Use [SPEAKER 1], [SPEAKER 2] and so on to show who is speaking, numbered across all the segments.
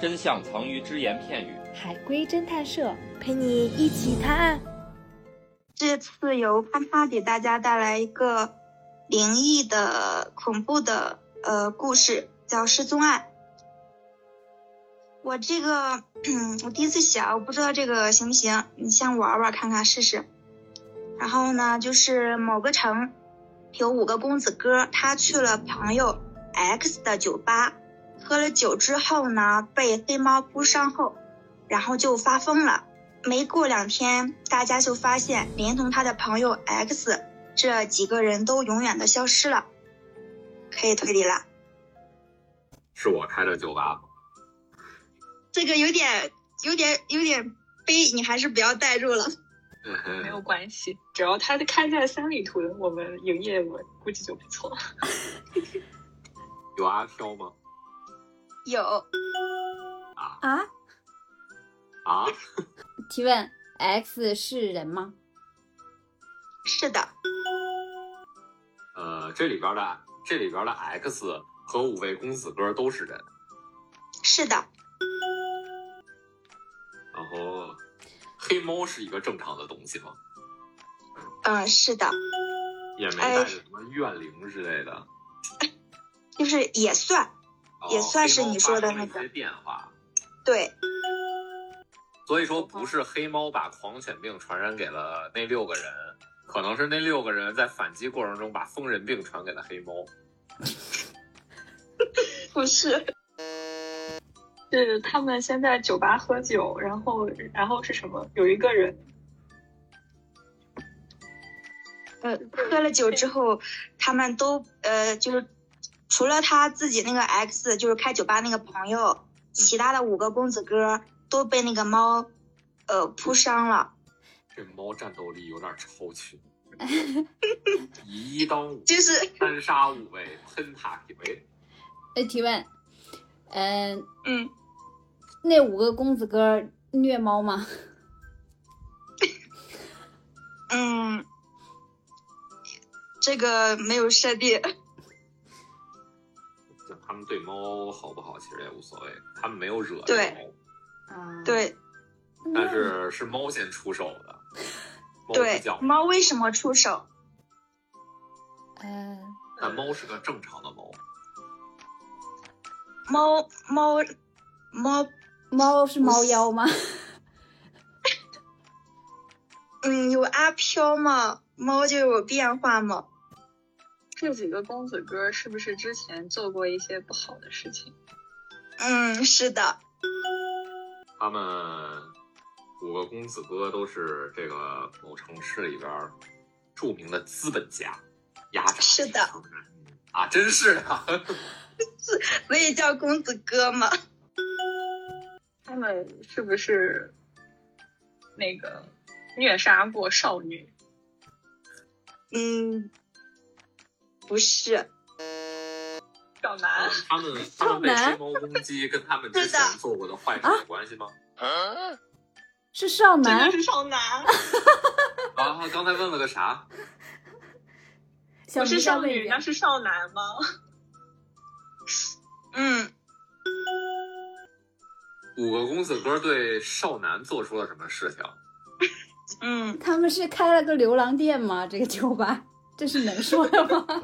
[SPEAKER 1] 真相藏于只言片语。
[SPEAKER 2] 海龟侦探社陪你一起探案。
[SPEAKER 3] 这次由啪啪给大家带来一个灵异的、恐怖的呃故事，叫失踪案。我这个我第一次写，啊，我不知道这个行不行，你先玩玩看看试试。然后呢，就是某个城有五个公子哥，他去了朋友 X 的酒吧，喝了酒之后呢，被黑猫扑伤后，然后就发疯了。没过两天，大家就发现连同他的朋友 X 这几个人都永远的消失了，可以推理了。
[SPEAKER 1] 是我开的酒吧吗？
[SPEAKER 3] 这个有点、有点、有点悲，你还是不要代入了。
[SPEAKER 4] 没有关系，只要它开在三里屯，我们营业额估计就不错。
[SPEAKER 1] 有阿飘吗？
[SPEAKER 3] 有
[SPEAKER 2] 啊？
[SPEAKER 1] 啊，
[SPEAKER 5] 提问：X 是人吗？
[SPEAKER 3] 是的，
[SPEAKER 1] 呃，这里边的这里边的 X 和五位公子哥都是人，
[SPEAKER 3] 是的，
[SPEAKER 1] 然后黑猫是一个正常的东西吗？
[SPEAKER 3] 嗯，是的，
[SPEAKER 1] 也没
[SPEAKER 3] 哎
[SPEAKER 1] 带着什么怨灵之类的，
[SPEAKER 3] 就是也算
[SPEAKER 1] 哦
[SPEAKER 3] 也算是
[SPEAKER 1] 黑猫
[SPEAKER 3] 你说的
[SPEAKER 1] 发生了
[SPEAKER 3] 那个
[SPEAKER 1] 一些变化。
[SPEAKER 3] 对，
[SPEAKER 1] 所以说，
[SPEAKER 3] 嗯
[SPEAKER 1] 不是黑猫把狂犬病传染给了那六个人，可能是那六个人在反击过程中把疯人病传给了黑猫。
[SPEAKER 3] 不是
[SPEAKER 4] 是他们先在酒吧喝酒，然后然后是什么？有一个人
[SPEAKER 3] 呃，喝了酒之后，他们都呃就是除了他自己那个 X 就是开酒吧那个朋友，其他的五个公子哥都被那个猫呃扑伤了。
[SPEAKER 1] 这猫战斗力有点超 群，以一当五，
[SPEAKER 3] 就是
[SPEAKER 1] 三杀五位，喷塔匹配。
[SPEAKER 5] 呃，提问，嗯、
[SPEAKER 3] 嗯，
[SPEAKER 5] 那五个公子哥虐猫吗？
[SPEAKER 3] 嗯，这个没有设定，
[SPEAKER 1] 就他们对猫好不好其实也无所谓，他们没有惹
[SPEAKER 3] 对
[SPEAKER 1] 猫，
[SPEAKER 5] 啊，，
[SPEAKER 3] 对
[SPEAKER 1] 但是是猫先出手的。猫
[SPEAKER 3] 对
[SPEAKER 1] 不叫，，
[SPEAKER 3] 猫为什么出手？
[SPEAKER 5] 嗯、
[SPEAKER 1] 但猫是个正常的猫，
[SPEAKER 3] 猫猫猫，
[SPEAKER 5] 猫是猫妖吗？
[SPEAKER 3] 嗯，有阿飘嘛，猫就有变化嘛。
[SPEAKER 4] 这几个公子哥是不是之前做过一些不好的事情？
[SPEAKER 3] 嗯，是的，
[SPEAKER 1] 他们五个公子哥都是这个某城市里边儿著名的资本家，压榨
[SPEAKER 3] 是的
[SPEAKER 1] 底层人民啊， 真是的，
[SPEAKER 3] 所以叫公子哥嘛。
[SPEAKER 4] 他们是不是那个虐杀过少女？
[SPEAKER 3] 嗯，不是，
[SPEAKER 4] 少男？
[SPEAKER 1] 他们他们被
[SPEAKER 5] 少男
[SPEAKER 1] 黑猫攻击，跟他们之前做过的坏事有关系吗？
[SPEAKER 5] 是少
[SPEAKER 4] 真的
[SPEAKER 5] 男
[SPEAKER 4] 是少男？
[SPEAKER 1] 啊，他刚才问了个啥？
[SPEAKER 5] 小
[SPEAKER 4] 不
[SPEAKER 5] 明再
[SPEAKER 4] 是少
[SPEAKER 5] 问一
[SPEAKER 4] 女，
[SPEAKER 5] 遍
[SPEAKER 4] 那是少男吗？
[SPEAKER 3] 嗯，
[SPEAKER 1] 五个公子哥对少男做出了什么事情？
[SPEAKER 3] 嗯，
[SPEAKER 5] 他们是开了个牛郎店吗？这个酒吧， 这是能说的吗？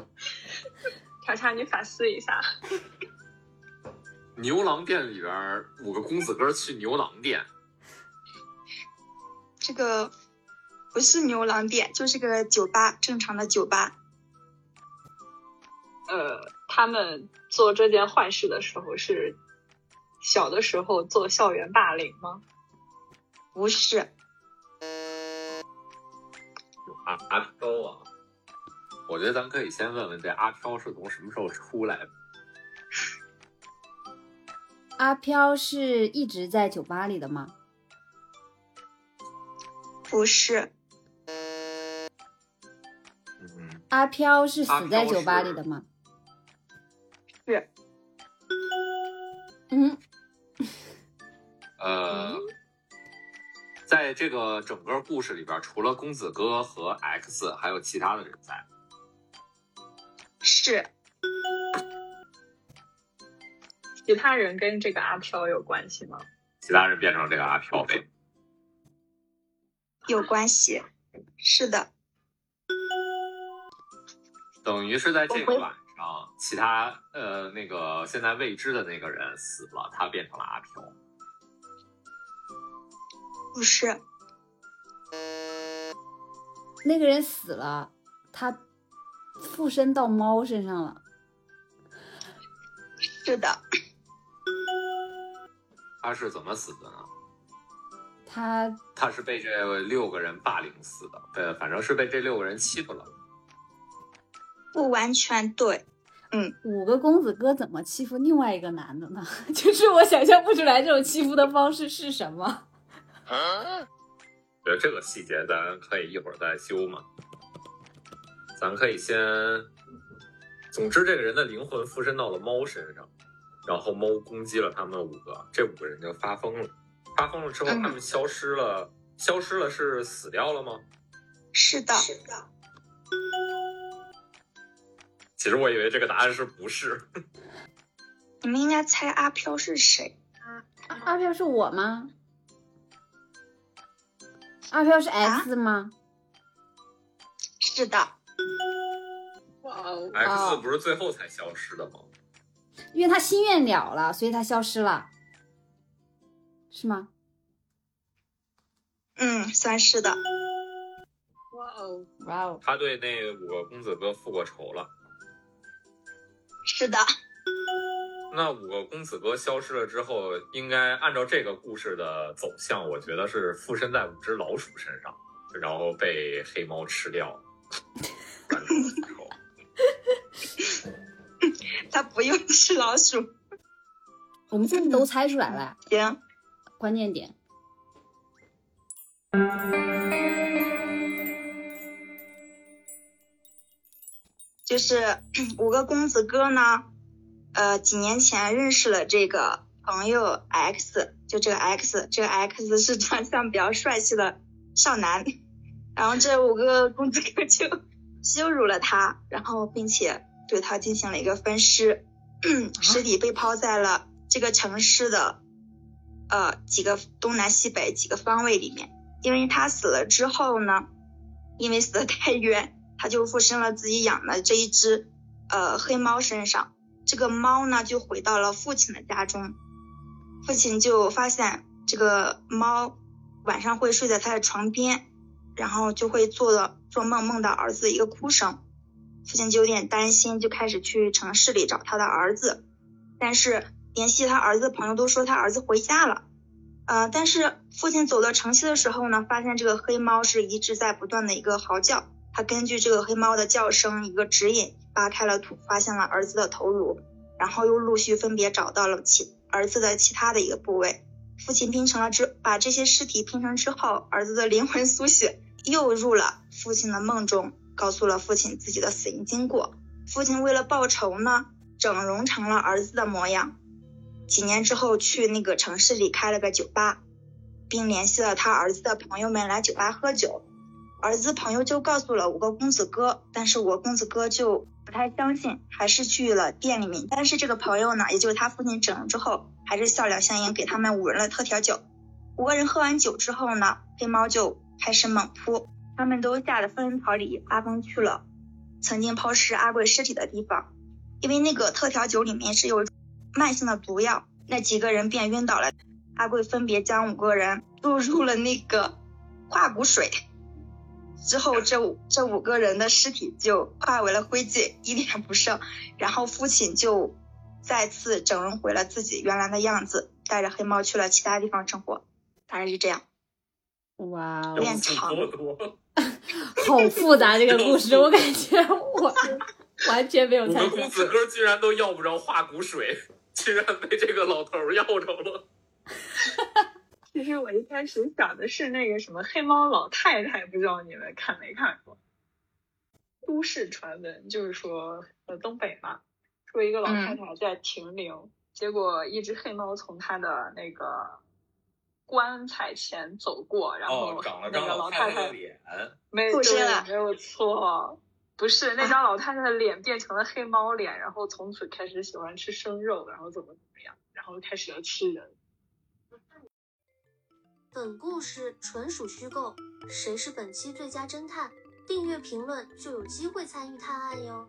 [SPEAKER 4] 查查，你反思一下。
[SPEAKER 1] 牛郎店里边儿五个公子哥去牛郎店，
[SPEAKER 3] 这个不是牛郎店，就是个酒吧，正常的酒吧。
[SPEAKER 4] 呃，他们做这件坏事的时候是小的时候做校园霸凌吗？
[SPEAKER 3] 不是，
[SPEAKER 1] 阿阿飘啊，我觉得咱可以先问问这阿飘是从什么时候出来的？
[SPEAKER 5] 阿飘是一直在酒吧里的吗？
[SPEAKER 3] 不是，
[SPEAKER 1] 嗯，
[SPEAKER 5] 阿飘是
[SPEAKER 1] 阿
[SPEAKER 5] 死
[SPEAKER 1] 飘
[SPEAKER 5] 在酒吧里
[SPEAKER 1] 是
[SPEAKER 5] 的吗？
[SPEAKER 3] 是。
[SPEAKER 5] 嗯，
[SPEAKER 1] 呃，在这个整个故事里边，除了公子哥和 X，还有其他的人在。
[SPEAKER 3] 是，
[SPEAKER 4] 其他人跟这个阿飘有关系吗？
[SPEAKER 1] 其他人变成这个阿飘呗。
[SPEAKER 3] 有关系，是的，
[SPEAKER 1] 等于是在这个晚上，其他呃那个现在未知的那个人死了，他变成了阿飘。
[SPEAKER 3] 不是，
[SPEAKER 5] 那个人死了，他附身到猫身上了。
[SPEAKER 3] 是的，
[SPEAKER 1] 他是怎么死的呢？
[SPEAKER 5] 他
[SPEAKER 1] 他是被这六个人霸凌死的，呃，反正是被这六个人欺负了。
[SPEAKER 3] 不完全对，
[SPEAKER 5] 五个公子哥怎么欺负另外一个男的呢？ 就是我想象不出来这种欺负的方式是什么。
[SPEAKER 1] 觉得这个细节咱可以一会儿再修嘛。咱可以先，总之这个人的灵魂附身到了猫身上，然后猫攻击了他们五个，这五个人就发疯了。发疯了之后，
[SPEAKER 3] 嗯
[SPEAKER 1] 他们消失了，消失了是死掉了吗？
[SPEAKER 3] 是的，是的。
[SPEAKER 1] 其实我以为这个答案是不是，
[SPEAKER 3] 你们应该猜阿飘是谁？
[SPEAKER 5] 阿飘是我吗？阿飘是 S 吗？
[SPEAKER 3] 是的，
[SPEAKER 4] 哇哦，
[SPEAKER 1] X 不是最后才消失的吗？
[SPEAKER 5] 因为他心愿了了，所以他消失了，是吗？
[SPEAKER 3] 嗯，算是的，
[SPEAKER 4] 哇哦，
[SPEAKER 5] 哇哦，
[SPEAKER 1] 他对那五个公子哥复过仇了。
[SPEAKER 3] 是的，
[SPEAKER 1] 那五个公子哥消失了之后，应该按照这个故事的走向，我觉得是附身在五只老鼠身上，然后被黑猫吃掉。完成了复仇
[SPEAKER 3] 他不用吃老鼠。
[SPEAKER 5] 我们这都猜出来了，
[SPEAKER 3] 行，
[SPEAKER 5] 关键点。
[SPEAKER 3] 就是 五个公子哥呢，呃，几年前认识了这个朋友 X，就这个 X，这个 X 是长相比较帅气的少男，然后这五个公子哥就羞辱了他，然后并且对他进行了一个分尸， 尸体被抛在了这个城市的呃几个东南西北几个方位里面。因为他死了之后呢，因为死的太冤，他就附身了自己养的这一只呃黑猫身上。这个猫呢就回到了父亲的家中，父亲就发现这个猫晚上会睡在他的床边，然后就会做到做梦梦到儿子的一个哭声，父亲就有点担心，就开始去城市里找他的儿子，但是联系他儿子的朋友都说他儿子回家了。呃，但是父亲走到城西的时候呢，发现这个黑猫是一直在不断的一个嚎叫。他根据这个黑猫的叫声一个指引，扒开了土，发现了儿子的头颅，然后又陆续分别找到了其儿子的其他的一个部位。父亲拼成了之，把这些尸体拼成之后，儿子的灵魂苏醒，又入了父亲的梦中，告诉了父亲自己的死因经过。父亲为了报仇呢，整容成了儿子的模样，几年之后去那个城市里开了个酒吧，并联系了他儿子的朋友们来酒吧喝酒。儿子朋友就告诉了五个公子哥，但是我公子哥就不太相信，还是去了店里面。但是这个朋友呢，也就是他父亲整容之后，还是笑脸相迎，给他们五人了特调酒。五个人喝完酒之后呢，黑猫就开始猛扑，他们都吓得纷纷逃离。阿峰去了曾经抛尸阿贵尸体的地方，因为那个特调酒里面是有慢性的毒药，那几个人便晕倒了。阿贵分别将五个人注入了那个化骨水，之后这五这五个人的尸体就化为了灰烬，一点不剩。然后父亲就再次整容回了自己原来的样子，带着黑猫去了其他地方生活，大概是这样。
[SPEAKER 5] 哇哦
[SPEAKER 1] 要，
[SPEAKER 3] 练
[SPEAKER 1] 复
[SPEAKER 3] 长
[SPEAKER 1] 多多。
[SPEAKER 5] 好复杂这个故事，我感觉我完全没有
[SPEAKER 1] 五
[SPEAKER 5] 猜
[SPEAKER 1] 个
[SPEAKER 5] 出来
[SPEAKER 1] 公。子哥居然都要不着化骨水，居然被这个老头儿要着了。
[SPEAKER 4] 其实我一开始想的是那个什么黑猫老太太，不知道你们看没看过？都市传闻就是说，呃，东北嘛，说一个老太太在停灵，结果一只黑猫从她的那个棺材前走过，然后
[SPEAKER 1] 哦长了
[SPEAKER 4] 那
[SPEAKER 1] 张
[SPEAKER 4] 个
[SPEAKER 1] 老
[SPEAKER 4] 太
[SPEAKER 1] 太的脸，
[SPEAKER 4] 没
[SPEAKER 3] 附
[SPEAKER 4] 对
[SPEAKER 3] 身了
[SPEAKER 4] 没有错，不是那张老太太的脸变成了黑猫脸，然后从此开始喜欢吃生肉，然后怎么怎么样，然后开始要吃人。
[SPEAKER 6] 本故事纯属虚构，谁是本期最佳侦探？订阅评论就有机会参与探案哟。